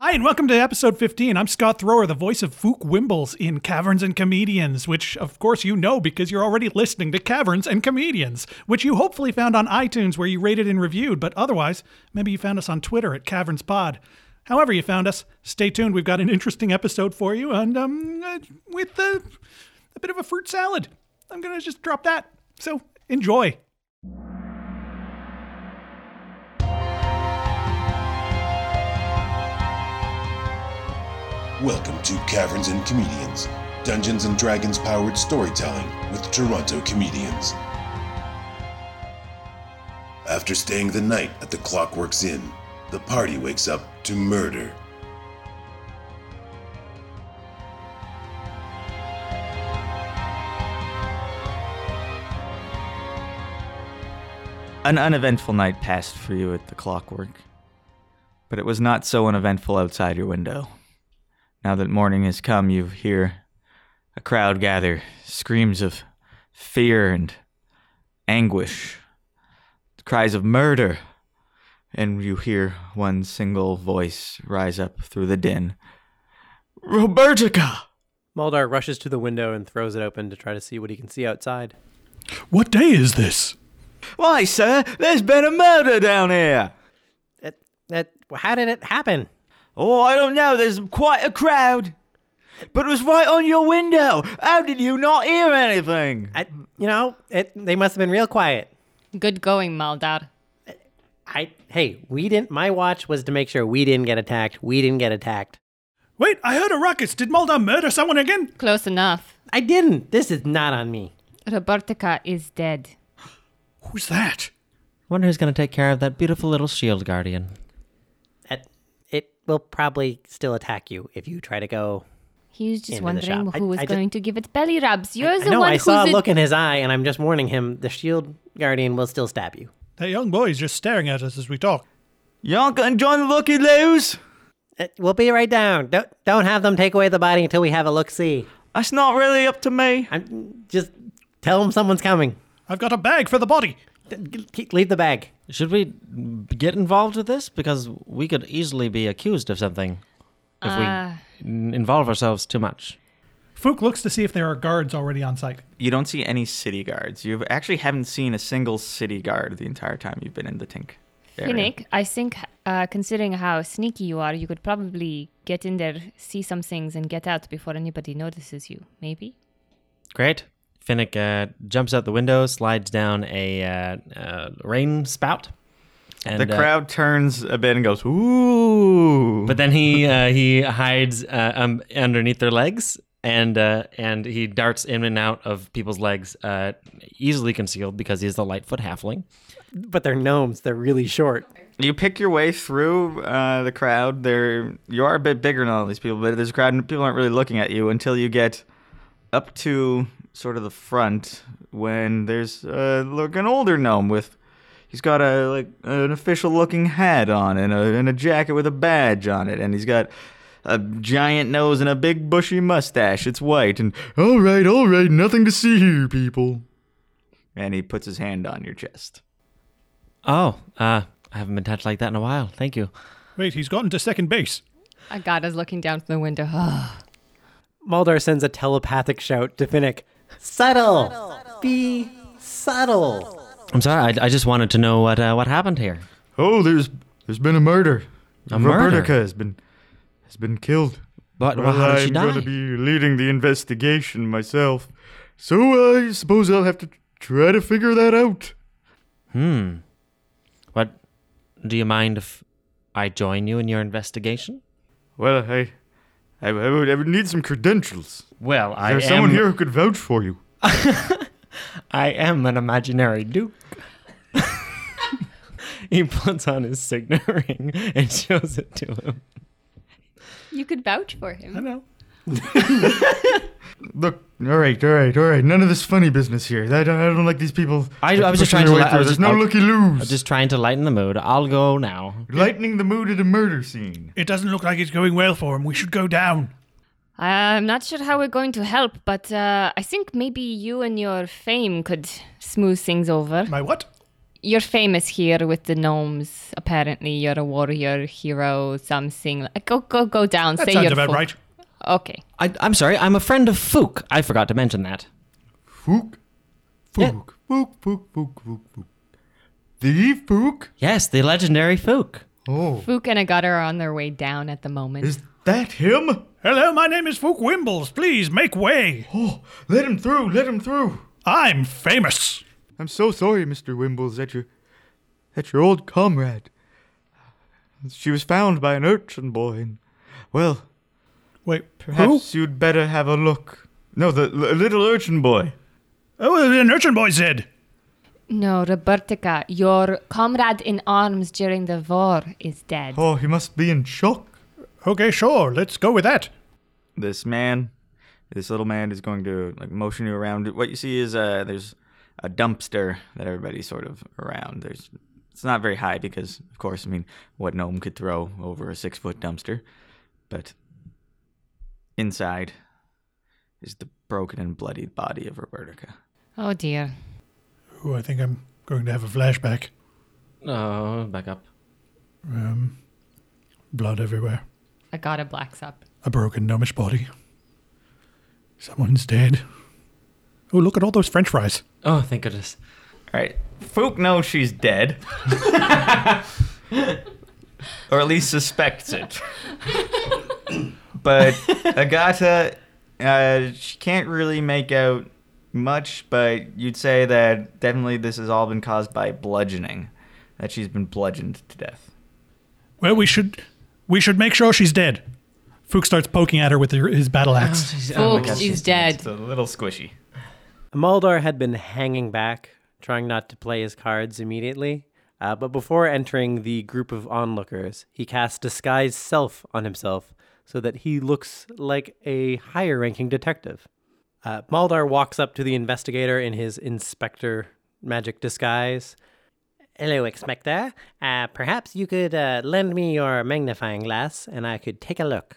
Hi, and welcome to episode 15. I'm Scott Thrower, the voice of Fook Wimbles in Caverns and Comedians, which, of course, you know because you're already listening to Caverns and Comedians, which you hopefully found on iTunes where you rated and reviewed, but otherwise, maybe you found us on Twitter at Caverns Pod. However, you found us, stay tuned. We've got an interesting episode for you, and um, uh, with uh, a bit of a fruit salad. I'm going to just drop that. So enjoy. Welcome to Caverns and Comedians, Dungeons and Dragons powered storytelling with Toronto comedians. After staying the night at the Clockworks Inn, the party wakes up to murder. An uneventful night passed for you at the clockwork, but it was not so uneventful outside your window. Now that morning has come, you hear a crowd gather, screams of fear and anguish, cries of murder, and you hear one single voice rise up through the din Robertica! Maldar rushes to the window and throws it open to try to see what he can see outside. What day is this? Why, sir, there's been a murder down here! That, that, how did it happen? Oh, I don't know. There's quite a crowd. But it was right on your window. How did you not hear anything? I, you know, it, they must have been real quiet. Good going, Maldar. I, hey, we didn't. My watch was to make sure we didn't get attacked. We didn't get attacked. Wait, I heard a ruckus. Did Mulder murder someone again? Close enough. I didn't. This is not on me. Robertica is dead. Who's that? Wonder who's going to take care of that beautiful little shield guardian. That, it will probably still attack you if you try to go. He was just Into the wondering shop. who I- was I ju- going to give it belly rubs. You're the no, one I who's saw a in- look in his eye, and I'm just warning him. The shield guardian will still stab you. That young boy is just staring at us as we talk. You aren't going to join the Lucky Loos? Uh, we'll be right down. Don't don't have them take away the body until we have a look. See, That's not really up to me. I'm just tell them someone's coming. I've got a bag for the body. D- g- keep- Leave the bag. Should we b- get involved with this? Because we could easily be accused of something if we n- involve ourselves too much. Fook looks to see if there are guards already on site. You don't see any city guards. You actually haven't seen a single city guard the entire time you've been in the Tink. area. Finnick, I think, uh, considering how sneaky you are, you could probably get in there, see some things, and get out before anybody notices you. Maybe? Great. Finnick uh, jumps out the window, slides down a uh, uh, rain spout. And, The uh, crowd turns a bit and goes, ooh. but then he uh, he hides uh, um, underneath their legs and uh, and he darts in and out of people's legs, uh, easily concealed because he's the Lightfoot halfling. But they're gnomes. They're really short. you pick your way through uh, the crowd. There, you are a bit bigger than all these people, but there's a crowd and people aren't really looking at you until you get up to sort of the front when there's uh, like an older gnome with. He's got a like an official looking hat on and a, and a jacket with a badge on it, and he's got a giant nose and a big bushy mustache. It's white and all right, all right, nothing to see here, people. And he puts his hand on your chest. Oh, uh, I haven't been touched like that in a while. Thank you. Wait, he's gotten to second base. Agata's looking down from the window. Maldar sends a telepathic shout to Finnick. Subtle. Be subtle. I'm sorry. I, I just wanted to know what uh, what happened here. Oh, there's there's been a murder. A murder? Robertica has been has been killed. But Well, how did she I'm die? gonna be leading the investigation myself, so I suppose I'll have to try to figure that out. Hmm. What? Do you mind if I join you in your investigation? Well, I I, I, would, I would need some credentials. Well, I There's someone here who could vouch for you. I am an imaginary duke. he puts on his signet ring and shows it to him. you could vouch for him. know. Look, all right, all right, all right. None of this funny business here. I don't, I don't like these people. I- I was just trying pushing their to way la- I through. was There's just- no I- looky loos. Just trying to lighten the mood. I'll go now. lightening the mood at a murder scene. It doesn't look like it's going well for him. We should go down. I'm not sure how we're going to help, but uh, I think maybe you and your fame could smooth things over. My what? You're famous here with the gnomes. Apparently, you're a warrior hero. Something. Go, go, go down. That Say sounds your about full- right. Okay. I, I'm sorry, I'm a friend of Fook. I forgot to mention that. Fook. Yeah. Fook. Fook, fook, fook, fook, fook. The Fook? Yes, the legendary Fook. Oh. Fook and Agata are on their way down at the moment. Is that him? Hello, my name is Fook Wimbles. Please make way. Oh, let him through, let him through. I'm famous. I'm so sorry, Mr. Wimbles, that your that your old comrade. She was found by an urchin boy and well, Wait, perhaps you'd better have a look. No, the l- little urchin boy. who? Oh, an urchin boy said. no, Robertica, your comrade in arms during the war is dead. Oh, he must be in shock. Okay, sure. Let's go with that. this man, this little man is going to like motion you around. What you see is uh, there's a dumpster that everybody's sort of around. There's it's not very high because of course I mean what gnome could throw over a six foot dumpster, but inside is the broken and bloodied body of Robertica. Oh dear. Oh, I think I'm going to have a flashback. Oh, back up. Um, blood everywhere. Agata blacks up. A broken gnomish body. Someone's dead. Oh, look at all those french fries. Oh, thank goodness. All right, Fook knows she's dead. or at least suspects it. but Agata, uh, she can't really make out much, but you'd say that definitely this has all been caused by bludgeoning, that she's been bludgeoned to death. Well, we should we should make sure she's dead. Fook starts poking at her with her- his battle axe. Fook, Oh she's dead. It's a little squishy. Amaldor had been hanging back, trying not to play his cards immediately. Uh, but before entering the group of onlookers, he cast Disguise Self on himself so that he looks like a higher ranking detective. Uh, Maldar walks up to the investigator in his inspector magic disguise. Hello, Inspector. Uh, perhaps you could uh, lend me your magnifying glass and I could take a look.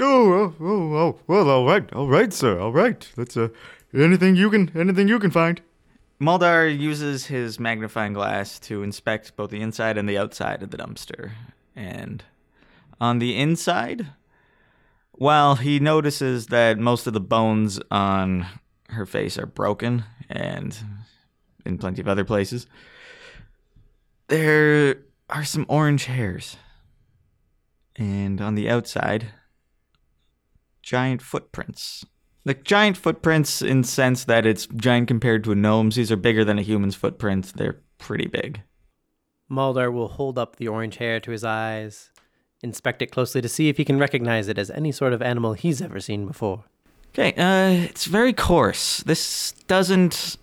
Oh, oh, oh, oh, well, all right, all right, sir, all right. That's uh, anything you can, anything you can find. Muldar uses his magnifying glass to inspect both the inside and the outside of the dumpster. And on the inside, while he notices that most of the bones on her face are broken and in plenty of other places, there are some orange hairs. And on the outside, giant footprints like giant footprints in sense that it's giant compared to a gnome's. These are bigger than a human's footprints. They're pretty big. Mulder will hold up the orange hair to his eyes, inspect it closely to see if he can recognize it as any sort of animal he's ever seen before. Okay, uh, it's very coarse. This doesn't.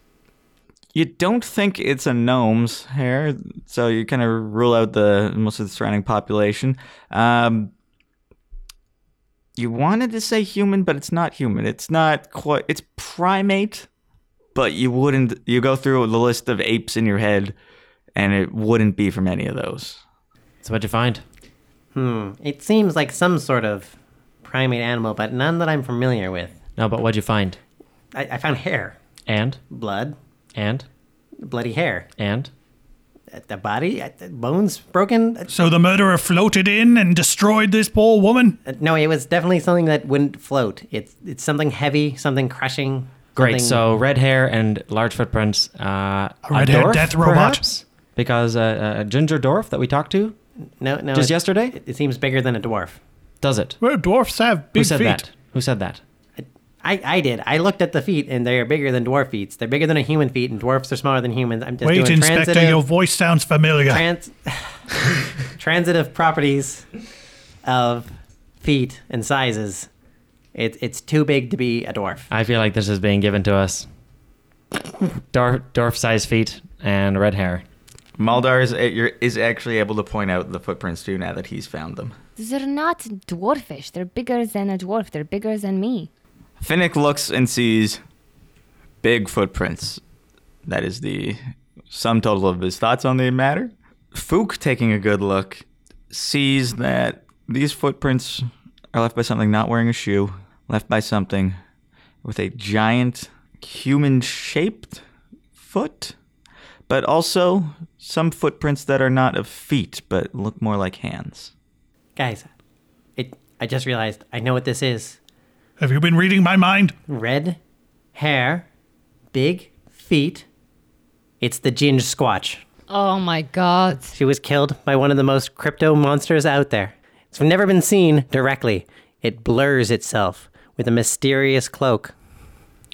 You don't think it's a gnome's hair, so you kind of rule out the most of the surrounding population. Um, you wanted to say human, but it's not human. It's not quite. It's primate, but you wouldn't. You go through the list of apes in your head, and it wouldn't be from any of those. So what'd you find? Hmm, it seems like some sort of primate animal, but none that I'm familiar with. No, but what'd you find? I, I found hair, And blood, and bloody hair. and Uh, The body, uh, the bones broken. Uh, So the murderer floated in and destroyed this poor woman. uh, No, it was definitely something that wouldn't float. It's it's something heavy, something crushing. great. something- So red hair and large footprints. Uh, a red-haired dwarf, death robot? perhaps? Because uh, a ginger dwarf that we talked to no, no, just it- yesterday? It, it seems bigger than a dwarf. does it. Well, dwarfs have big Who said feet. that? Who said that? I, I did. I looked at the feet, and they are bigger than dwarf feet. They're bigger than a human feet, and dwarfs are smaller than humans. I'm just Wait, doing Inspector, transitive- your voice sounds familiar. trans transitive properties of feet and sizes. It, it's too big to be a dwarf. I feel like this is being given to us. Dwarf, dwarf size feet and red hair. Maldar is, eh, is actually able to point out the footprints to you now that he's found them. They're not dwarfish. They're bigger than a dwarf. They're bigger than me. Finnick looks and sees big footprints. That is the sum total of his thoughts on the matter. Fook, taking a good look, sees that these footprints are left by something not wearing a shoe, left by something with a giant human shaped foot, but also some footprints that are not of feet but look more like hands. Guys, it. I just realized I know what this is. Have you been reading my mind? Red hair, big feet. It's the Ginge Squatch. Oh my god. She was killed by one of the most crypto monsters out there. It's never been seen directly. It blurs itself with a mysterious cloak.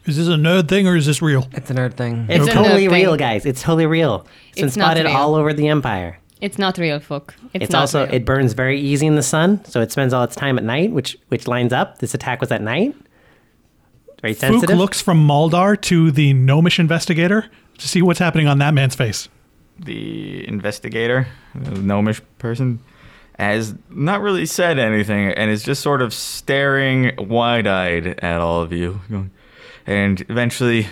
Is this a nerd thing or is this real? It's a nerd thing. It's a totally nerd thing. real, guys. It's totally real. It's been It's not spotted real. all over the empire. It's not real, fuck. It's, It's, not also real. it burns very easy in the sun, so it spends all its time at night, which which lines up. This attack was at night. Very Fook sensitive. looks from Maldar to the gnomish investigator to see what's happening on that man's face. the investigator, the gnomish person, has not really said anything and is just sort of staring wide eyed at all of you. going- And eventually,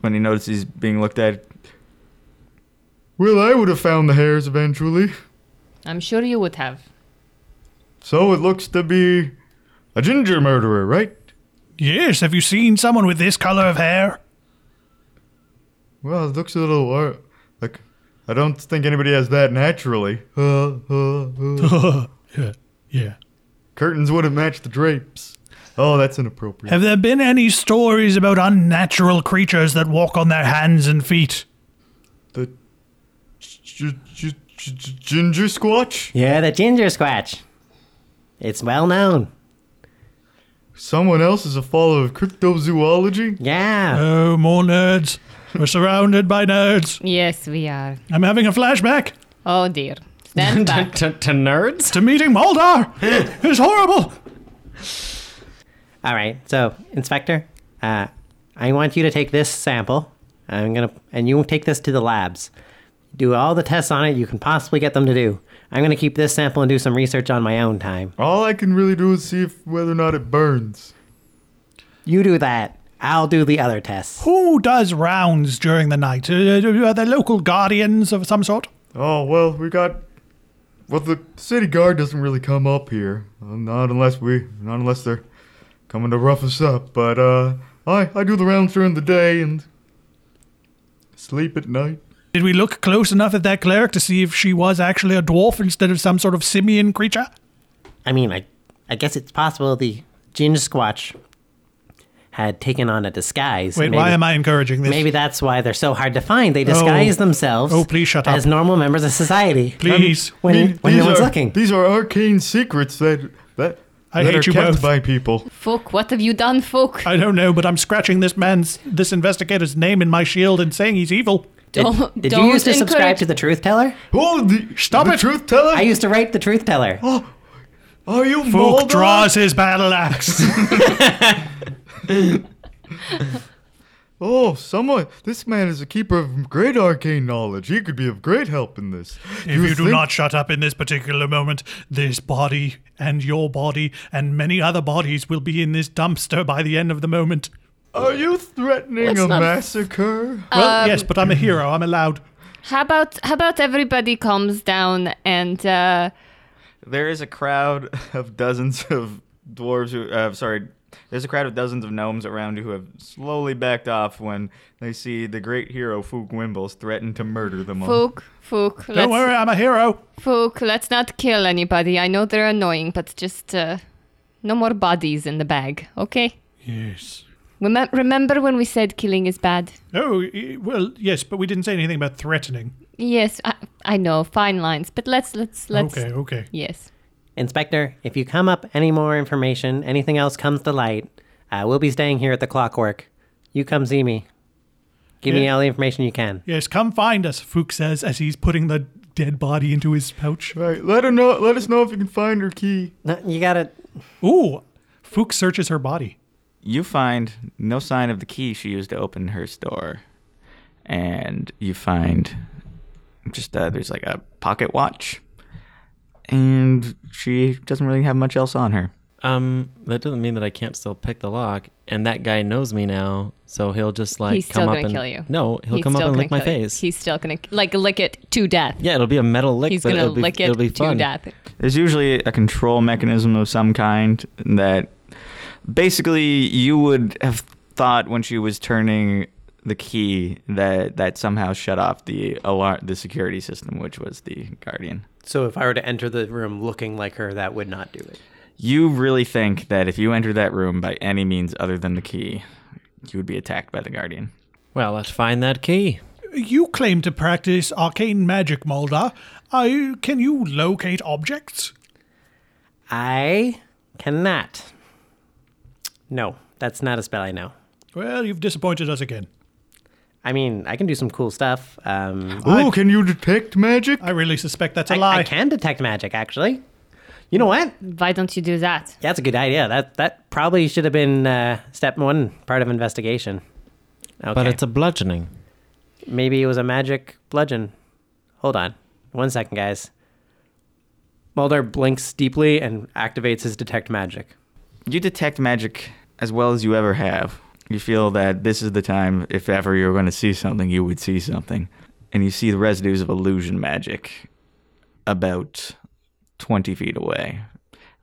when he notices he's being looked at, Well, I would have found the hairs eventually. I'm sure you would have. So it looks to be a ginger murderer, right? Yes, have you seen someone with this color of hair? Well, it looks a little uh, like I don't think anybody has that naturally. Uh, uh, uh. Yeah. yeah. Curtains wouldn't match the drapes. Oh, that's inappropriate. Have there been any stories about unnatural creatures that walk on their hands and feet? the g- g- g- g- ginger squatch? yeah, the ginger squatch. It's well known. Someone else is a follower of cryptozoology? Yeah. Oh, more nerds. We're surrounded by nerds. Yes, we are. I'm having a flashback Oh dear. Stand to, back. to, to nerds? to meeting Maldar. It's horrible. All right. So, Inspector, uh, I want you to take this sample. I'm gonna, and you take this to the labs. Do all the tests on it you can possibly get them to do. I'm gonna keep this sample and do some research on my own time. All I can really do is see if, whether or not it burns. You do that. I'll do the other tests. Who does rounds during the night? Uh, are there local guardians of some sort? Oh, well, we got. Well, the city guard doesn't really come up here. Uh, Not unless we. Not unless they're coming to rough us up. But, uh, I, I do the rounds during the day and. sleep at night. Did we look close enough at that cleric to see if she was actually a dwarf instead of some sort of simian creature? I mean, I, I guess it's possible the ginger squatch had taken on a disguise. Wait, why am I encouraging this? Maybe that's why they're so hard to find. They disguise Oh. themselves Oh, please shut as up. normal members of society. Please. When, These- when these no one's are, looking. These are arcane secrets that. that I that hate are you kept both. by people. Fuck, what have you done, fuck? I don't know, but I'm scratching this man's, this investigator's name in my shield and saying he's evil. Don't, Did don't you used to subscribe encourage- to the truth teller? Oh, the, Stop the it. truth teller? I used to write the truth teller. are you Folk Maldon? draws his battle axe. Oh, someone! This man is a keeper of great arcane knowledge. He could be of great help in this. if you do think- not shut up in this particular moment, this body and your body and many other bodies will be in this dumpster by the end of the moment. are you threatening Let's a not- massacre? Well, yes, but I'm a hero. I'm allowed. How about how about everybody calms down and uh, there is a crowd of dozens of dwarves who, uh, sorry, there's a crowd of dozens of gnomes around you who have slowly backed off when they see the great hero Fook Wimbles threaten to murder them all. fuck, fuck. Oh. Don't worry, I'm a hero. Fuck, let's not kill anybody. I know they're annoying, but just uh, no more bodies in the bag, okay? Yes. Remem- remember when we said killing is bad? Oh, y- well, yes, but we didn't say anything about threatening. Yes, I, I know, fine lines, but let's let's let's. okay, okay. Yes. Inspector, if you come up any more information, anything else comes to light, uh, we'll be staying here at the clockwork. You come see me. Give me Yeah. all the information you can. Yes, come find us, Fook says as he's putting the dead body into his pouch. Right. Let her know. Let us know if you can find her key. No, you gotta. Ooh, Fook searches her body. you find no sign of the key she used to open her store and you find just uh, there's like a pocket watch and she doesn't really have much else on her Um, that doesn't mean that I can't still pick the lock. And that guy knows me now, so he'll just like He's come still up gonna and kill you. no, he'll He's come up still and gonna lick my kill you. face. He's still gonna like lick it to death. yeah, it'll be a metal lick. He's but gonna it'll be, lick it it'll be to fun. death. There's usually a control mechanism of some kind that basically you would have thought when she was turning the key that that somehow shut off the alarm, the security system, which was the guardian. So if I were to enter the room looking like her, that would not do it. You really think that if you enter that room by any means other than the key, you would be attacked by the guardian? Well, let's find that key. You claim to practice arcane magic, Mulder. I, can you locate objects? I cannot. No, that's not a spell I know. Well, you've disappointed us again. I mean, I can do some cool stuff. Um, Ooh, can you detect magic? I really suspect that's a I, lie. I can detect magic, actually. You know what? Why don't you do that? That's a good idea. That that probably should have been uh, step one, part of investigation. Okay. But it's a bludgeoning. Maybe it was a magic bludgeon. Hold on. One second, guys. Mulder blinks deeply and activates his detect magic. You detect magic as well as you ever have. You feel that this is the time, if ever you're going to see something, you would see something. And you see the residues of illusion magic about 20 feet away.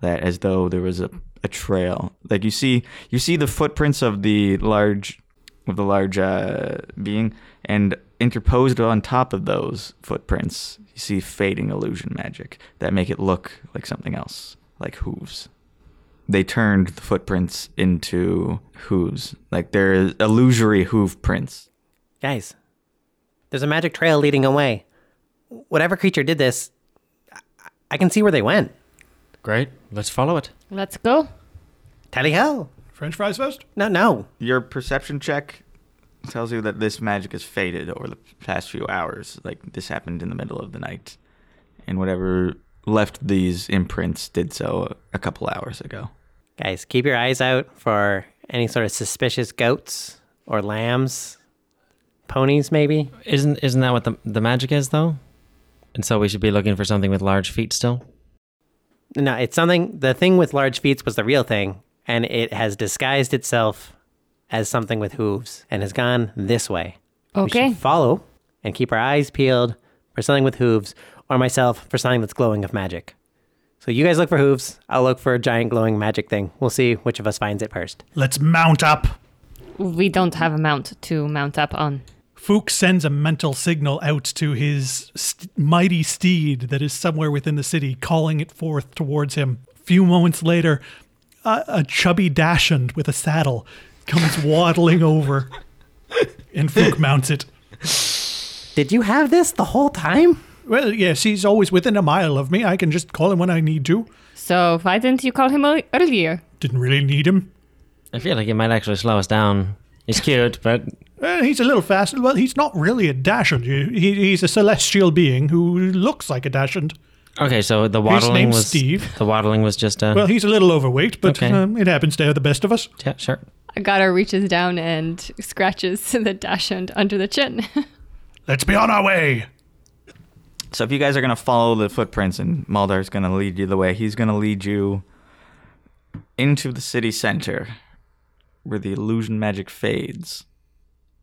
That as though there was a, a trail. Like you see, you see the footprints of the large, of the large uh, being, and interposed on top of those footprints, you see fading illusion magic that make it look like something else, like hooves they turned the footprints into hooves. Like they're illusory hoof prints. Guys, there's a magic trail leading away. Whatever creature did this, I- I can see where they went. Great. Let's follow it. Let's go. Tally ho! French fries first? No, no. Your perception check tells you that this magic has faded over the past few hours. Like this happened in the middle of the night. And whatever left these imprints did so a couple hours ago. Guys, keep your eyes out for any sort of suspicious goats or lambs, ponies, maybe. Isn't isn't that what the the magic is though? And so we should be looking for something with large feet still. No, it's something. The thing with large feet was the real thing, and it has disguised itself as something with hooves and has gone this way. We should Okay. follow and keep our eyes peeled for something with hooves, or myself for something that's glowing of magic. So you guys look for hooves. I'll look for a giant glowing magic thing. We'll see which of us finds it first. Let's mount up. We don't have a mount to mount up on. Fook sends a mental signal out to his st- mighty steed that is somewhere within the city, calling it forth towards him. Few moments later, a, a chubby dachshund with a saddle comes waddling over, and Fook mounts it. Did you have this the whole time? Well, yes, he's always within a mile of me. I can just call him when I need to. So why didn't you call him ear- earlier? Didn't really need him. I feel like it might actually slow us down. He's cute, but Uh, he's a little fast. Well, he's not really a dachshund. He, he- he's a celestial being who looks like a dachshund. okay. So the waddling name's was Steve. The waddling was just a Well, he's a little overweight, but Okay. um, it happens to the best of us. yeah, sure. Agata reaches down and scratches the dachshund under the chin. Let's be on our way. So if you guys are gonna follow the footprints and Muldar's gonna lead you the way, he's gonna lead you into the city center where the illusion magic fades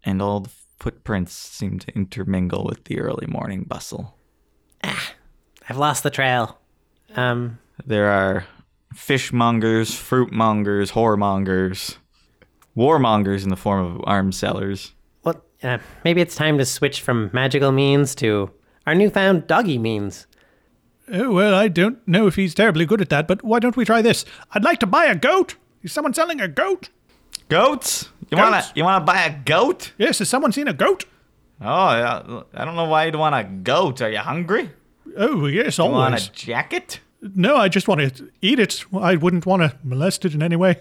and all the footprints seem to intermingle with the early morning bustle. I've lost the trail. Um, There are fishmongers, fruitmongers, whoremongers, warmongers in the form of arm sellers. well, uh, maybe it's time to switch from magical means to our newfound doggy means. Oh, well, I don't know if he's terribly good at that, but why don't we try this? I'd like to buy a goat. Is someone selling a goat? Goats? You wanna Goats? you wanna buy a goat? Yes, has someone seen a goat? Oh, yeah, I don't know why you'd want a goat. Are you hungry? Oh, yes, You want always. a jacket? No, I just want to eat it. I wouldn't want to molest it in any way.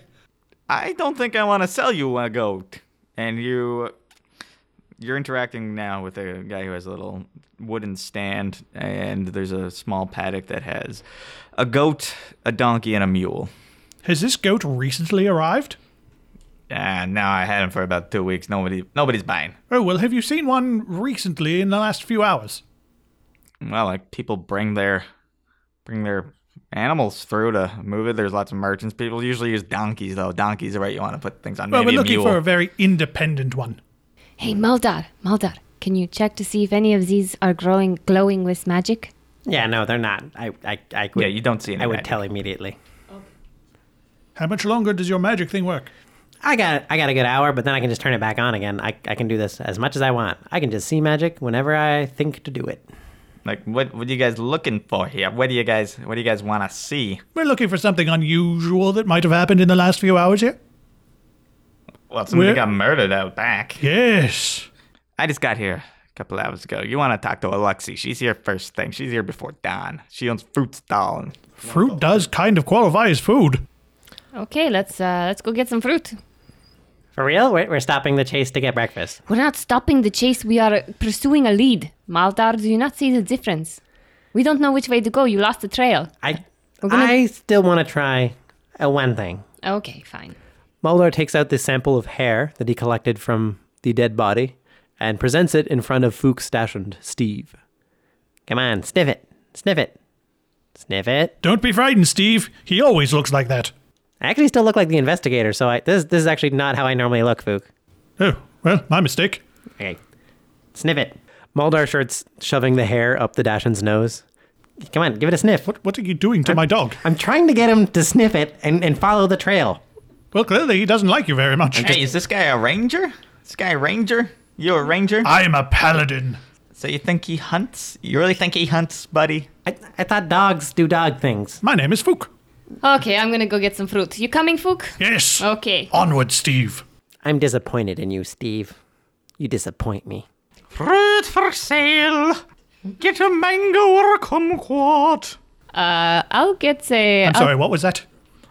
I don't think I want to sell you a goat. And you, you're interacting now with a guy who has a little wooden stand, and there's a small paddock that has a goat, a donkey, and a mule. Has this goat recently arrived? Ah, no, I had him for about two weeks. Nobody, nobody's buying. Oh, well, have you seen one recently in the last few hours? Well, like people bring their, bring their animals through to move it. There's lots of merchants. People usually use donkeys though. Donkeys are right. You want to put things on. Well, Maybe we're looking a mule. for a very independent one. Hey, Maldar, Maldar, can you check to see if any of these are growing, glowing with magic? Yeah, no, they're not. I, I, I would, Yeah, you don't see any I would magic. tell immediately. How much longer does your magic thing work? I got I got a good hour, but then I can just turn it back on again. I, I can do this as much as I want. I can just see magic whenever I think to do it. Like, what what are you guys looking for here? What do you guys what do you guys want to see? We're looking for something unusual that might have happened in the last few hours here. Well, somebody We're- got murdered out back. Yes. I just got here a couple hours ago. You want to talk to Alexi? She's here first thing. She's here before dawn. She owns Fruit Stall. and Oh. Fruit does kind of qualify as food. Okay, let's uh, let's go get some fruit. For real? We're, we're stopping the chase to get breakfast. We're not stopping the chase. We are pursuing a lead. Maldar, do you not see the difference? We don't know which way to go. You lost the trail. I gonna- I still want to try uh, one thing. Okay, fine. Mulder takes out this sample of hair that he collected from the dead body and presents it in front of Fuchs Dashund, Steve. Come on, sniff it. Sniff it. Sniff it. Don't be frightened, Steve. He always looks like that. I actually still look like the investigator, so I, this this is actually not how I normally look, Fook. Oh, well, my mistake. Okay. Sniff it. Muldar starts shoving the hair up the Dashin's nose. Come on, give it a sniff. What, what are you doing to my dog? I'm trying to get him to sniff it and, and follow the trail. Well, clearly he doesn't like you very much. Hey, is this guy a ranger? This guy a ranger? You a ranger? I'm a paladin. Uh, so you think he hunts? You really think he hunts, buddy? I, I thought dogs do dog things. My name is Fook. Okay, I'm gonna go get some fruit. You coming, Fook? Yes. Okay. Onward, Steve. I'm disappointed in you, Steve. You disappoint me. Fruit for sale. Get a mango or a kumquat. Uh, I'll get a. I'm sorry, what was that?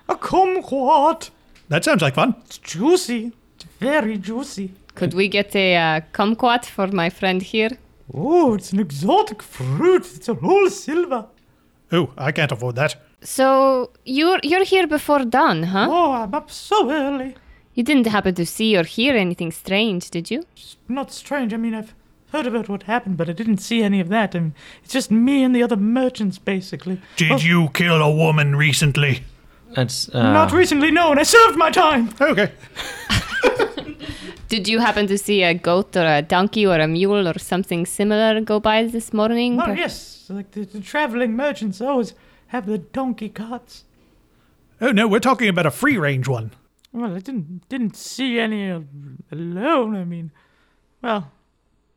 A kumquat. That sounds like fun. It's juicy. It's very juicy. Could we get a uh, kumquat for my friend here? Oh, it's an exotic fruit. It's a whole silver. Oh, I can't afford that. So you're you're here before dawn, huh? Oh, I'm up so early. You didn't happen to see or hear anything strange, did you? Not strange. I mean, I've heard about what happened, but I didn't see any of that. I mean, it's just me and the other merchants, basically. Did you kill a woman recently? That's uh, Not recently, no, and I served my time. Okay. Did you happen to see a goat or a donkey or a mule or something similar go by this morning? Oh, Per- yes, like the, the traveling merchants always have the donkey carts. Oh, no, we're talking about a free range one. Well, I didn't didn't see any al- alone. I mean, well,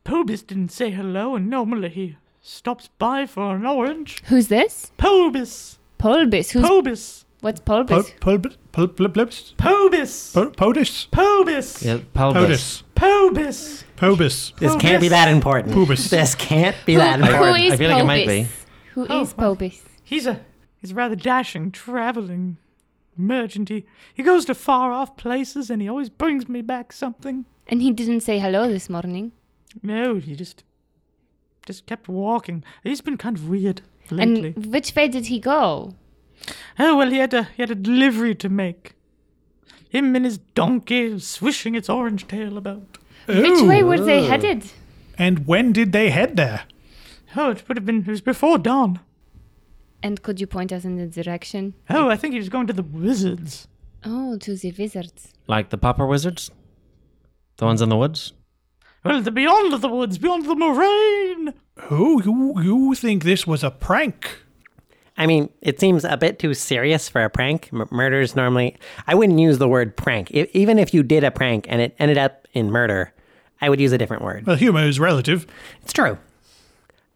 Pobis didn't say hello, and normally he stops by for an orange. Who's this? Pobis, Polbis. Who's Pobis, what's Pul- Polbis? pul- pul- pul- blips? Pobis, Po- Podis? Pobis, yeah, pelvis. Podis. Pobis. Pobis. This can't be yes. that important. Pubis. This can't be that Who important. is I feel like it might be. Polbis? Who Oh, is well. Polbis? He's a he's a rather dashing, traveling merchant. He he goes to far off places, and he always brings me back something. And he didn't say hello this morning. No, he just just kept walking. He's been kind of weird lately. And which way did he go? Oh well, he had a he had a delivery to make. Him and his donkey swishing its orange tail about. Which Ooh. way were they headed? And when did they head there? Oh, it would have been it was before dawn. And could you point us in the direction? Oh, I think he was going to the wizards. Oh, to the wizards. like the popper wizards, the ones in the woods. Well, the beyond of the woods, beyond the moraine. Oh, you, you think this was a prank? I mean, it seems a bit too serious for a prank. M- murders normally, I wouldn't use the word prank. I- even if you did a prank and it ended up in murder, I would use a different word. Well, humor is relative. It's true.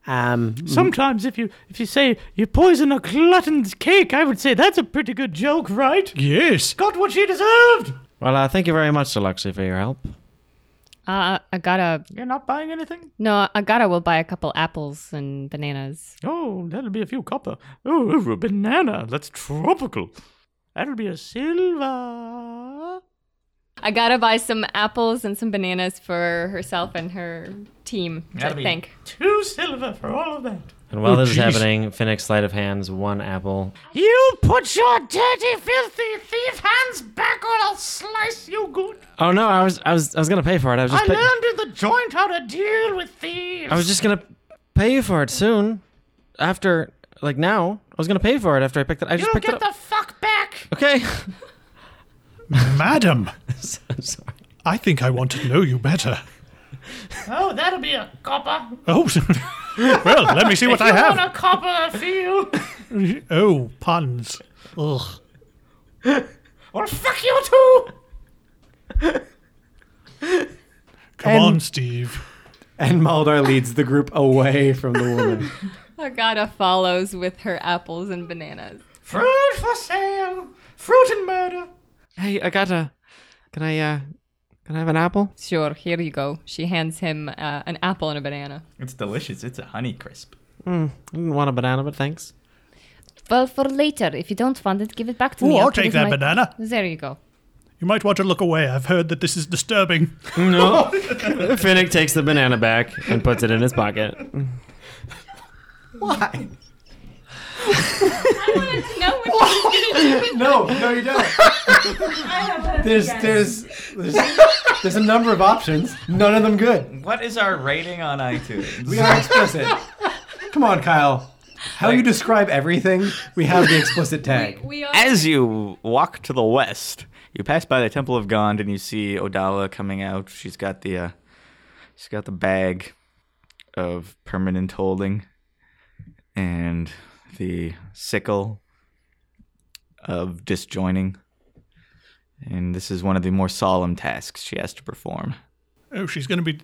Um, Mm-hmm. Sometimes, if you if you say you poison a glutton's cake, I would say that's a pretty good joke, right? Yes. Got what she deserved. Well, uh, thank you very much, Alexi, for your help. Uh, Agata. You're not buying anything. No, Agata will buy a couple apples and bananas. Oh, that'll be a few copper. Oh, ooh, a banana. That's tropical. That'll be a silver. Agata buys some apples and some bananas for herself and her team, I think. Two silver for all of that. And while Oh, this is jeez. happening, Phoenix sleight of hands, one apple. You put your dirty, filthy thief hands back, or I'll slice you good. Oh no, I was I was I was gonna pay for it. I was I just pay- learned in the joint how to deal with thieves. I was just gonna pay you for it soon. After like now, I was gonna pay for it after I picked it. I just You'll picked get it the up. fuck back. okay. Madam, I'm sorry. I think I want to know you better. Oh, that'll be a copper. Oh, well, let me see what I Want have. a copper? I feel. Oh, puns. Ugh. well, fuck you too. Come And- on, Steve. And Maldar leads the group away from the woman. Agata follows with her apples and bananas. Fruit for sale. Fruit and murder. Hey, Agata, can I uh, can I have an apple? Sure, here you go. She hands him uh, an apple and a banana. It's delicious. It's a honey crisp. I didn't want a banana, but thanks. Well, for later. If you don't want it, give it back to Ooh, me. I'll put it take in that my- banana. There you go. You might want to look away. I've heard that this is disturbing. No. Finnick takes the banana back and puts it in his pocket. Why? No, what no, no, you don't. There's, there's, there's, there's a number of options. None of them good. What is our rating on iTunes? We are explicit. Come on, Kyle. How you describe everything, we have the explicit tag. we are. As you walk to the west, you pass by the Temple of Gond and you see Odala coming out. She's got the uh, she's got the bag of permanent holding and the sickle of disjoining. And this is one of the more solemn tasks she has to perform. Oh, she's going to be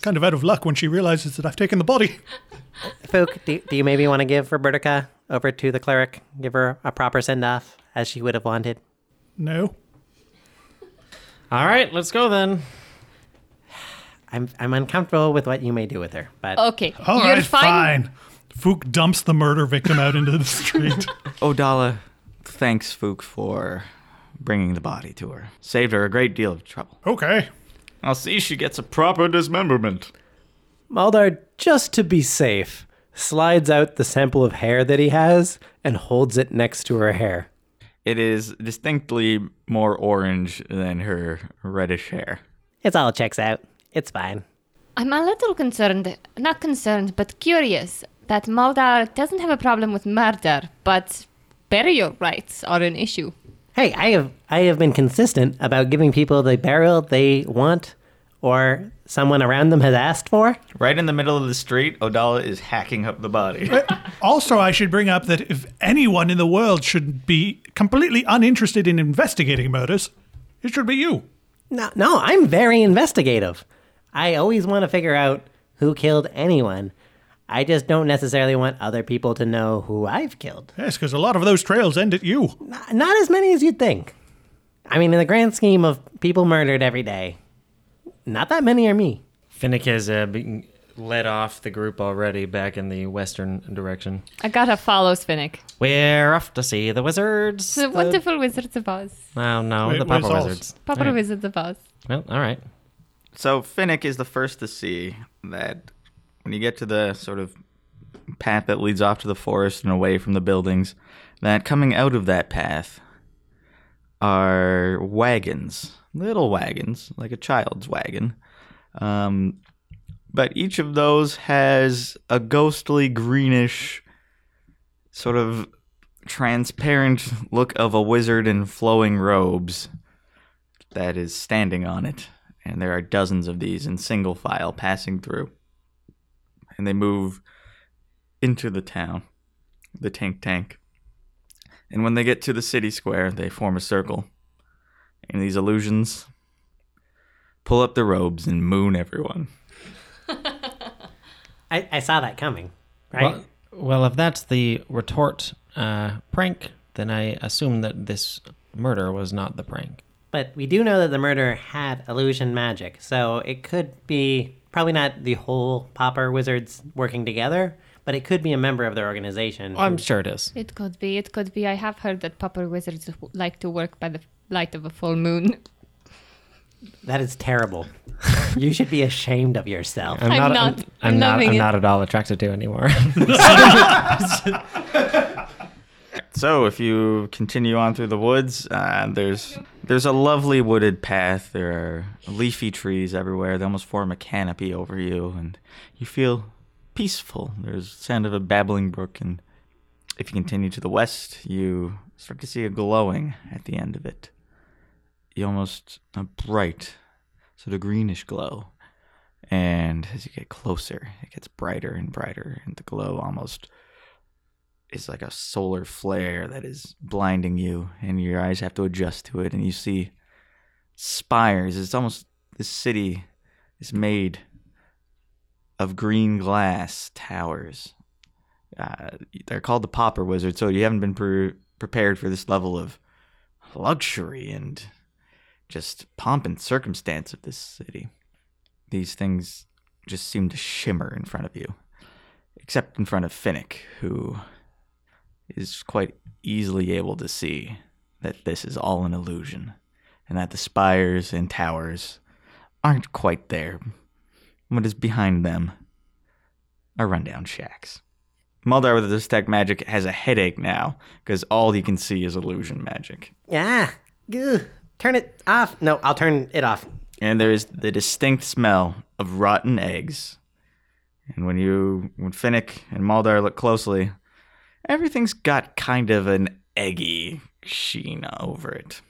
kind of out of luck when she realizes that I've taken the body. Fook, do, do you maybe want to give Robertica over to the cleric? Give her a proper send off as she would have wanted. No. All right, let's go then. I'm, I'm uncomfortable with what you may do with her, but Okay, All you're right, fine. fine. Fook dumps the murder victim out into the street. Odala thanks Fook for bringing the body to her. Saved her a great deal of trouble. okay. I'll see she gets a proper dismemberment. Maldar, just to be safe, slides out the sample of hair that he has and holds it next to her hair. It is distinctly more orange than her reddish hair. It's all checks out. It's fine. I'm a little concerned, not concerned, but curious that Maldar doesn't have a problem with murder, but burial rights are an issue. Hey, I have I have been consistent about giving people the burial they want or someone around them has asked for. Right in the middle of the street, Odala is hacking up the body. Uh, Also, I should bring up that if anyone in the world should be completely uninterested in investigating murders, it should be you. No, no, I'm very investigative. I always want to figure out who killed anyone. I just don't necessarily want other people to know who I've killed. Yes, because a lot of those trails end at you. N- Not as many as you'd think. I mean, in the grand scheme of people murdered every day, not that many are me. Finnick has uh, been led off the group already back in the western direction. Agata follows Finnick. We're off to see the wizards. The wonderful Wizards of Oz. Oh, no, Wait, the Papa where's Oz? Wizards. Papa All right. Wizards of Oz. Well, all right. So Finnick is the first to see that when you get to the sort of path that leads off to the forest and away from the buildings, that coming out of that path are wagons, little wagons, like a child's wagon. Um, but each of those has a ghostly greenish sort of transparent look of a wizard in flowing robes that is standing on it, and there are dozens of these in single file passing through. And they move into the town, the tank tank. And when they get to the city square, they form a circle. And these illusions pull up their robes and moon everyone. I, I saw that coming, right? Well, well, if that's the retort uh, prank, then I assume that this murder was not the prank. But we do know that the murderer had illusion magic, so it could be probably not the whole Popper Wizards working together, but it could be a member of their organization. I'm sure it is. It could be, it could be. I have heard that Papa Wizards w- Like to work by the light of a full moon. That is terrible. you should be ashamed of yourself. I'm, I'm not- I'm, I'm not. loving I'm it. not at all attracted to anymore. So if you continue on through the woods, uh, there's there's a lovely wooded path. There are leafy trees everywhere. They almost form a canopy over you, and you feel peaceful. There's the sound of a babbling brook, and if you continue to the west, you start to see a glowing at the end of it. You almost a bright, sort of greenish glow. And as you get closer, it gets brighter and brighter, and the glow almost is like a solar flare that is blinding you, and your eyes have to adjust to it, and you see spires. It's almost this city is made of green glass towers. Uh, they're called the Popper Wizard, so you haven't been pre- prepared for this level of luxury and just pomp and circumstance of this city. These things just seem to shimmer in front of you, except in front of Finnick, who is quite easily able to see that this is all an illusion and that the spires and towers aren't quite there. What is behind them are rundown shacks. Muldar with this tech magic has a headache now because all he can see is illusion magic. Yeah. Goo. Turn it off. No, I'll turn it off. and there is the distinct smell of rotten eggs. And when you, when Finnick and Maldar look closely, everything's got kind of an eggy sheen over it.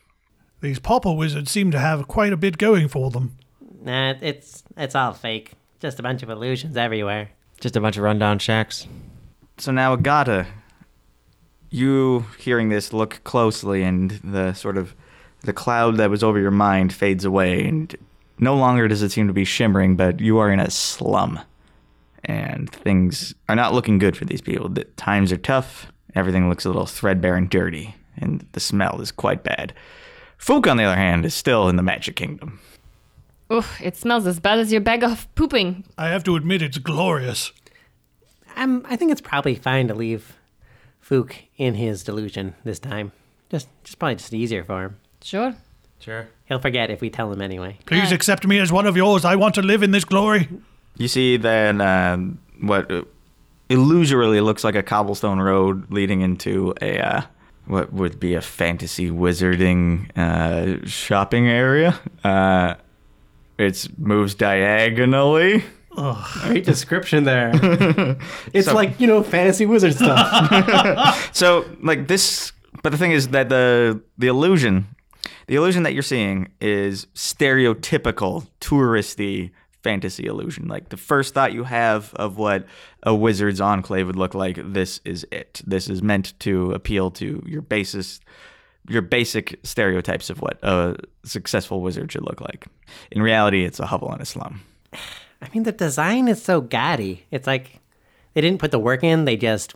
These pauper wizards seem to have quite a bit going for them. Nah, it's it's all fake. Just a bunch of illusions everywhere. Just a bunch of rundown shacks. So now Agata, you hearing this, look closely, and the sort of the cloud that was over your mind fades away, and no longer does it seem to be shimmering, but you are in a slum, and things are not looking good for these people. The times are tough. Everything looks a little threadbare and dirty, and the smell is quite bad. Fook, on the other hand, is still in the Magic Kingdom. Oof, it smells as bad as your bag of pooping. I have to admit, it's glorious. Um, I think it's probably fine to leave Fook in his delusion this time. Just just probably just easier for him. Sure. Sure. He'll forget if we tell him anyway. Please accept me as one of yours. I want to live in this glory. You see then um what illusorily looks like a cobblestone road leading into a uh, what would be a fantasy wizarding uh, shopping area. Uh, it moves diagonally. Great description there. it's like, you know, fantasy wizard stuff. So like this, but the thing is that the the illusion, the illusion that you're seeing is stereotypical touristy fantasy illusion. Like the first thought you have of what a wizard's enclave would look like, this is it. This is meant to appeal to your basis your basic stereotypes of what a successful wizard should look like. In reality, it's a hovel and a slum. I mean, the design is so gaudy. It's like they didn't put the work in. They just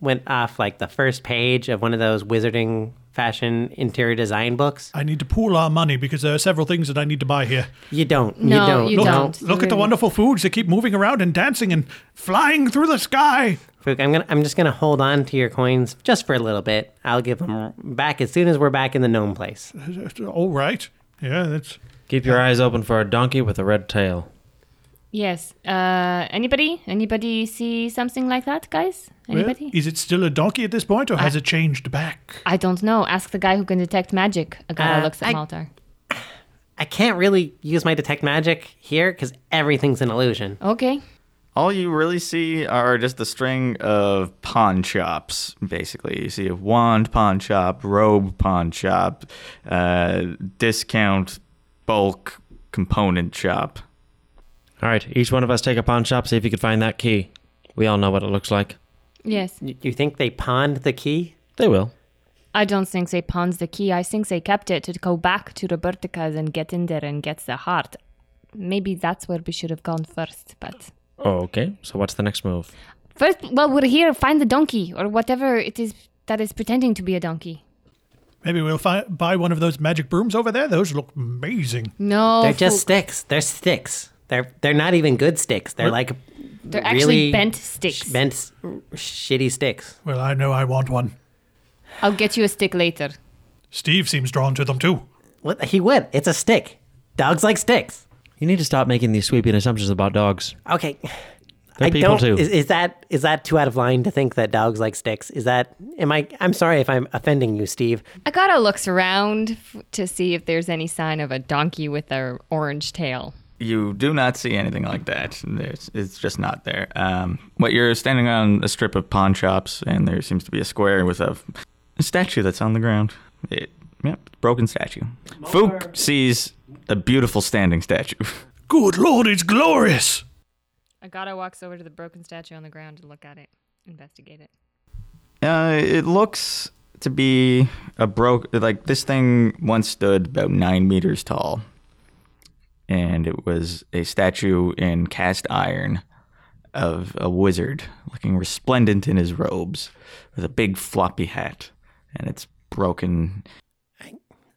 went off like the first page of one of those wizarding fashion interior design books. I need to pool our money because there are several things that I need to buy here. You don't. No, you don't. you Look, don't. look at the wonderful foods that keep moving around and dancing and flying through the sky. Fook, I'm gonna. I'm just gonna hold on to your coins just for a little bit. I'll give them back as soon as we're back in the gnome place. All right. Yeah, that's. Keep your eyes open for a donkey with a red tail. Yes. Uh, anybody? Anybody see something like that, guys? Well, Anybody? is it still a donkey at this point, or has it changed back? I don't know. Ask the guy who can detect magic. Agata Uh, looks at I- Maltar. I can't really use my detect magic here because everything's an illusion. Okay. All you really see are just the string of pawn shops, basically. You see a wand pawn shop, robe pawn shop, uh, discount bulk component shop. All right, each one of us take a pawn shop, see if you can find that key. We all know what it looks like. Yes. Y- You think they pawned the key? They will. I don't think they pawns the key. I think they kept it to go back to Robertica's and get in there and get the heart. Maybe that's where we should have gone first, but Oh, Okay, so what's the next move? first, well, we're here. Find the donkey or whatever it is that is pretending to be a donkey. Maybe we'll fi- buy one of those magic brooms over there. Those look amazing. No, They're just fool. sticks. They're sticks. They're they're not even good sticks. They're like they're really actually bent sh- sticks. bent s- shitty sticks. Well, I know I want one. I'll get you a stick later. Steve seems drawn to them too. What he would? It's a stick. Dogs like sticks. You need to stop making these sweeping assumptions about dogs. Okay. They're I people don't. too. Is, is that is that too out of line to think that dogs like sticks? Is that am I? I'm sorry if I'm offending you, Steve. Agata looks around f- to see if there's any sign of a donkey with an orange tail. You do not see anything like that. There's, it's just not there. Um, but you're standing on a strip of pawn shops, and there seems to be a square with a, a statue that's on the ground. It, yep, broken statue. Fook sees a beautiful standing statue. Good lord, it's glorious! Agata walks over to the broken statue on the ground to look at it, investigate it. Uh, it looks to be a broke like this thing once stood about nine meters tall, and it was a statue in cast iron of a wizard looking resplendent in his robes with a big floppy hat, and it's broken.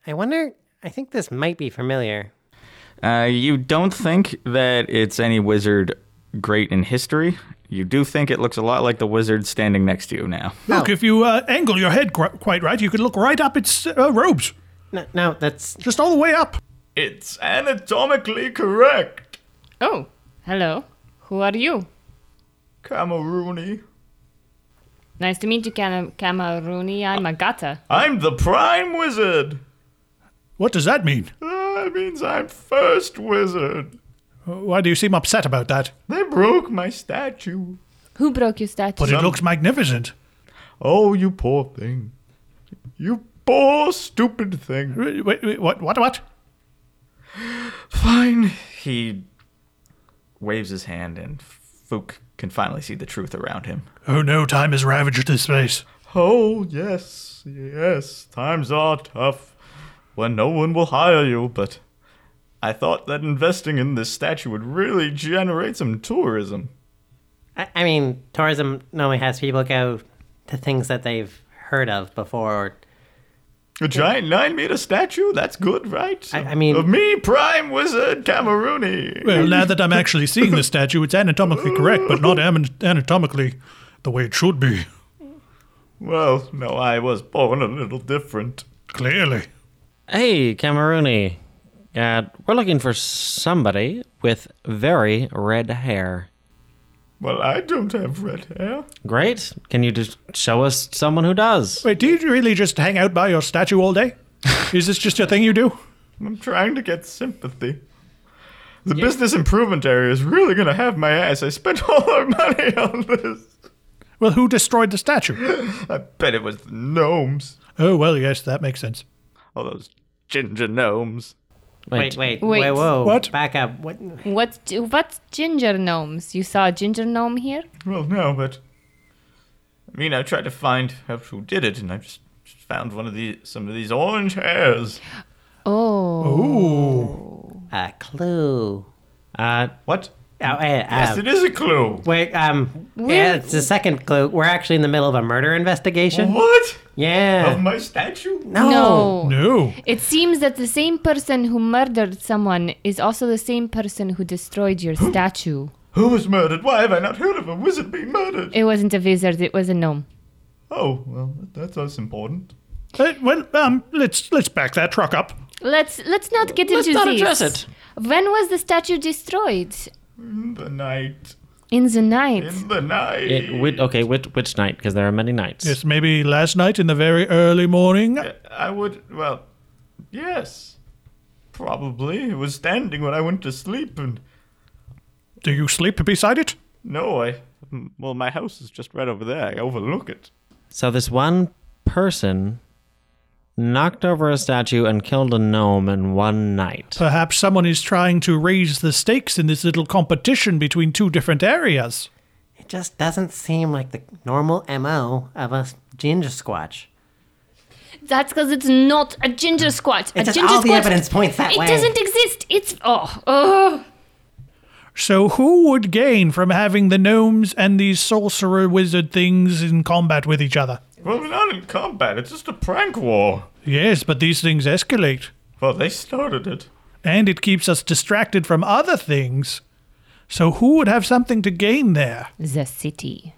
I wonder. I think this might be familiar. Uh, you don't think that it's any wizard great in history. You do think it looks a lot like the wizard standing next to you now. Oh. Look, if you uh, angle your head qu- quite right, you can look right up its uh, robes. No, no, that's just all the way up. It's anatomically correct. Oh, hello. Who are you? Cameroony. Nice to meet you, Cam- Camerooni. I'm Agata. I'm the prime wizard. What does that mean? That means I'm first wizard. Why do you seem upset about that? They broke my statue. Who broke your statue? But it looks magnificent. Oh, you poor thing. You poor, stupid thing. Wait, wait, what? What? What? Fine. He waves his hand, and Fook can finally see the truth around him. Oh no, time has ravaged this place. Oh, yes, yes. Times are tough when no one will hire you, but I thought that investing in this statue would really generate some tourism. I, I mean, tourism normally has people go to things that they've heard of before. Or, A giant nine meter statue? That's good, right? I, I mean, Of me, prime wizard Camerooni. Well, now that I'm actually seeing the statue, it's anatomically correct, but not am- anatomically the way it should be. Well, no, I was born a little different. Clearly. Hey, Camerooni. Uh, we're looking for somebody with very red hair. Well, I don't have red hair. Great. Can you just show us someone who does? Wait, do you really just hang out by your statue all day? Is this just a thing you do? I'm trying to get sympathy. The business improvement area is really gonna have my ass. I spent all our money on this. Well, who destroyed the statue? I bet it was the gnomes. Oh, well, yes, that makes sense. All those ginger gnomes. wait, wait, wait, Wait. whoa, What? back up. What? What? What's ginger gnomes? You saw a ginger gnome here? Well, no, but I mean, I tried to find out who did it, and I just just found one of these, some of these orange hairs. Oh. A clue. Uh, What? Oh, eh, Yes, um, it is a clue. Wait, um, yeah, it's the second clue. We're actually in the middle of a murder investigation. What? Of Yeah. my statue? No. No. No. It seems that the same person who murdered someone is also the same person who destroyed your statue. Who was murdered? Why have I not heard of a wizard being murdered? It wasn't a wizard, it was a gnome. Oh, well, that's also important. Uh, well, um, let's let's back that truck up. Let's let's not get let's into not this. address it. When was the statue destroyed? In the night. In the night. In the night. It, whi- okay, which, which night? Because there are many nights. Yes, maybe last night in the very early morning. I would, well, yes. Probably. It was standing when I went to sleep, and Do you sleep beside it? no, I. Well, my house is just right over there. I overlook it. So this one person knocked over a statue and killed a gnome in one night. Perhaps someone is trying to raise the stakes in this little competition between two different areas. It just doesn't seem like the normal MO of a ginger squatch. That's because it's not a ginger squat. It's a just ginger all the squat- evidence points that it way. doesn't exist. It's oh oh. So who would gain from having the gnomes and these sorcerer wizard things in combat with each other? Well, we're not in combat. It's just a prank war. Yes, but these things escalate. Well, they started it. And it keeps us distracted from other things. So who would have something to gain there? The city,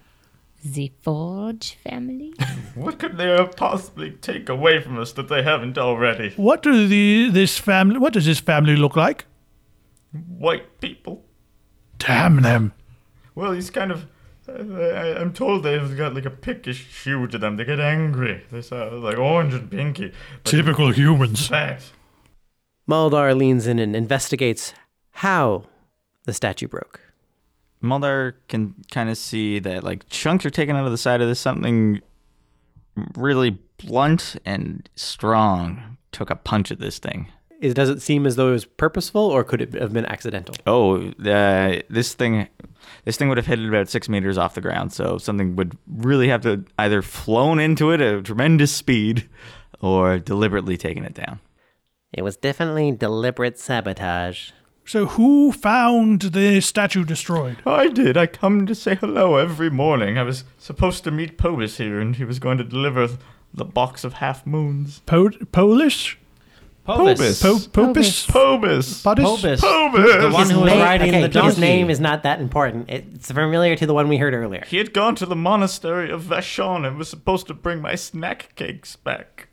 the Forge family. What could they possibly take away from us that they haven't already? What do the this family what does this family look like? White people. Damn them. Well, he's kind of. I, I, I'm told they've got like a pickish hue to them. They get angry. They sound like orange and pinky. But Typical humans. that. Maldar leans in and investigates how the statue broke. Muldar can kind of see that like chunks are taken out of the side of this. Something really blunt and strong took a punch at this thing. is does it seem as though it was purposeful or could it have been accidental? Oh, uh, this thing, this thing would have hit it about six meters off the ground. So something would really have to either flown into it at a tremendous speed, or deliberately taken it down. It was definitely deliberate sabotage. So who found the statue destroyed? I did. I come to say hello every morning. I was supposed to meet Pobus here, and he was going to deliver the box of half moons. Po- Polish? Pobus. Po- Pobus? Pobus. Podis? Pobus. His Pobus. name- okay, His name is not that important. It's familiar to the one we heard earlier. He had gone to the monastery of Vashon and was supposed to bring my snack cakes back.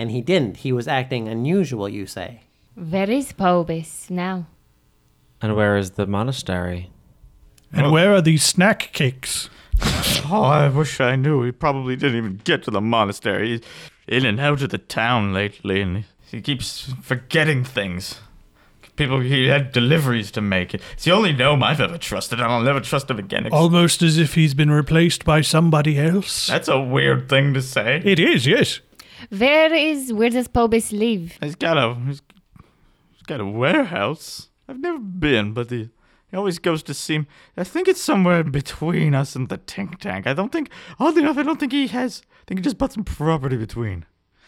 And he didn't. He was acting unusual, you say. Where is Pobis now? And where is the monastery? And where are these snack cakes? Oh, I wish I knew. He probably didn't even get to the monastery. He's in and out of the town lately, and he keeps forgetting things. People, he had deliveries to make. It's the only gnome I've ever trusted, and I'll never trust him again. Almost as if he's been replaced by somebody else. That's a weird thing to say. It is, yes. Where is where does Pobis live? He's got a, he's, he's got a warehouse. I've never been, but the, he always goes to seem. I think it's somewhere between us and the think tank. I don't think, oddly enough, I don't think he has. I think he just bought some property between,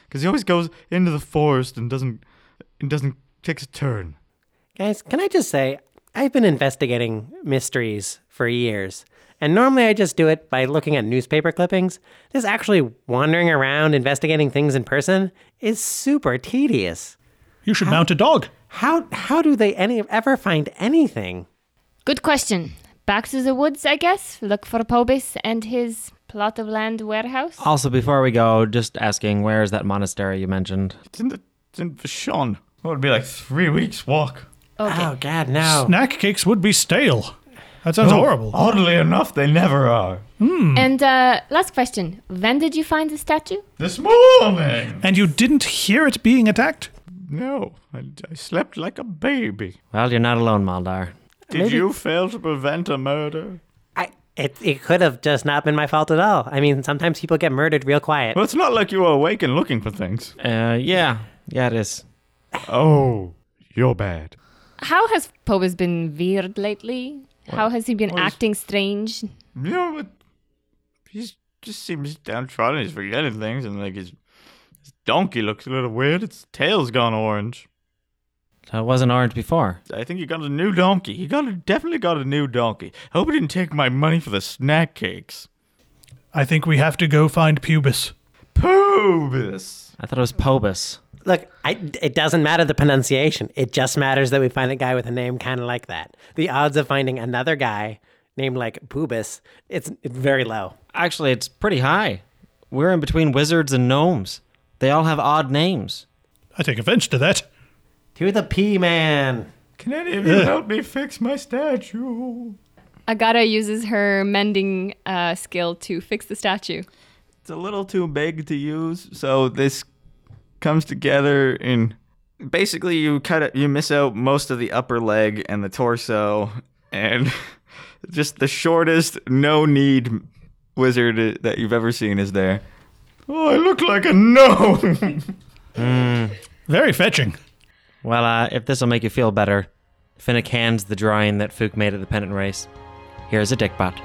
because he always goes into the forest and doesn't, and doesn't takes a turn. Guys, can I just say, I've been investigating mysteries for years. And normally I just do it by looking at newspaper clippings. This actually wandering around investigating things in person is super tedious. You should mount a dog. How how do they any ever find anything? Good question. Back to the woods, I guess. Look for Pobis and his plot of land warehouse. Also, before we go, just asking, where is that monastery you mentioned? It's in the, it's in Vashon. It would be like three weeks walk. Ah, Okay. Oh god, no. Snack cakes would be stale. That sounds Oh, horrible. Oddly enough, they never are. And uh, last question: When did you find the statue? This morning. And you didn't hear it being attacked? No, I, I slept like a baby. Well, you're not alone, Maldar. Did Maybe- you fail to prevent a murder? I it, it could have just not been my fault at all. I mean, sometimes people get murdered real quiet. Well, it's not like you were awake and looking for things. Uh, yeah, yeah, it is. Oh, you're bad. How has Pobis been weird lately? How has he been what is- acting strange? You know, but he's just seems downtrodden. He's forgetting things, and like his, his donkey looks a little weird. Its tail's gone orange. So it wasn't orange before. I think he got a new donkey. He got a, definitely got a new donkey. I hope he didn't take my money for the snack cakes. I think we have to go find Pubis. Pobus. I thought it was Pobus. Look, I, it doesn't matter the pronunciation. It just matters that we find a guy with a name kind of like that. The odds of finding another guy named like Pubis, it's very low. Actually, it's pretty high. We're in between wizards and gnomes. They all have odd names. I take offense to that. To the P man. Can any of you help me fix my statue? Agata uses her mending uh, skill to fix the statue. It's a little too big to use, so this comes together in basically you cut it, you miss out most of the upper leg and the torso, and just the shortest no need wizard that you've ever seen is there. Oh, I look like a gnome. Very fetching. Well, uh, if this will make you feel better, Finnick hands the drawing that Fook made at the pennant race. Here's a dickbot.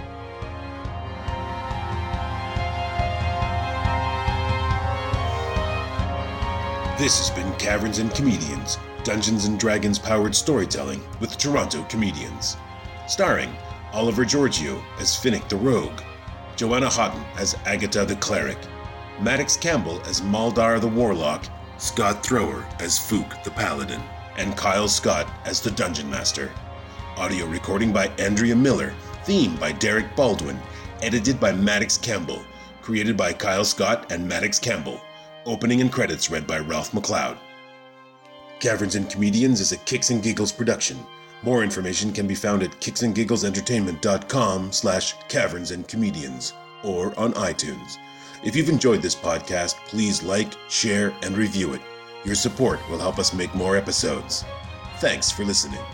This has been Caverns and Comedians, Dungeons and Dragons powered storytelling with Toronto comedians. Starring Oliver Giorgio as Finnick the Rogue, Joanna Houghton as Agatha the Cleric, Maddox Campbell as Maldar the Warlock, Scott Thrower as Fook the Paladin, and Kyle Scott as the Dungeon Master. Audio recording by Andrea Miller, theme by Derek Baldwin, edited by Maddox Campbell, created by Kyle Scott and Maddox Campbell. Opening and credits read by Ralph McLeod. Caverns and Comedians is a Kicks and Giggles production. More information can be found at kicksandgigglesentertainment.com slash caverns and comedians or on iTunes. If you've enjoyed this podcast, please like, share, and review it. Your support will help us make more episodes. Thanks for listening.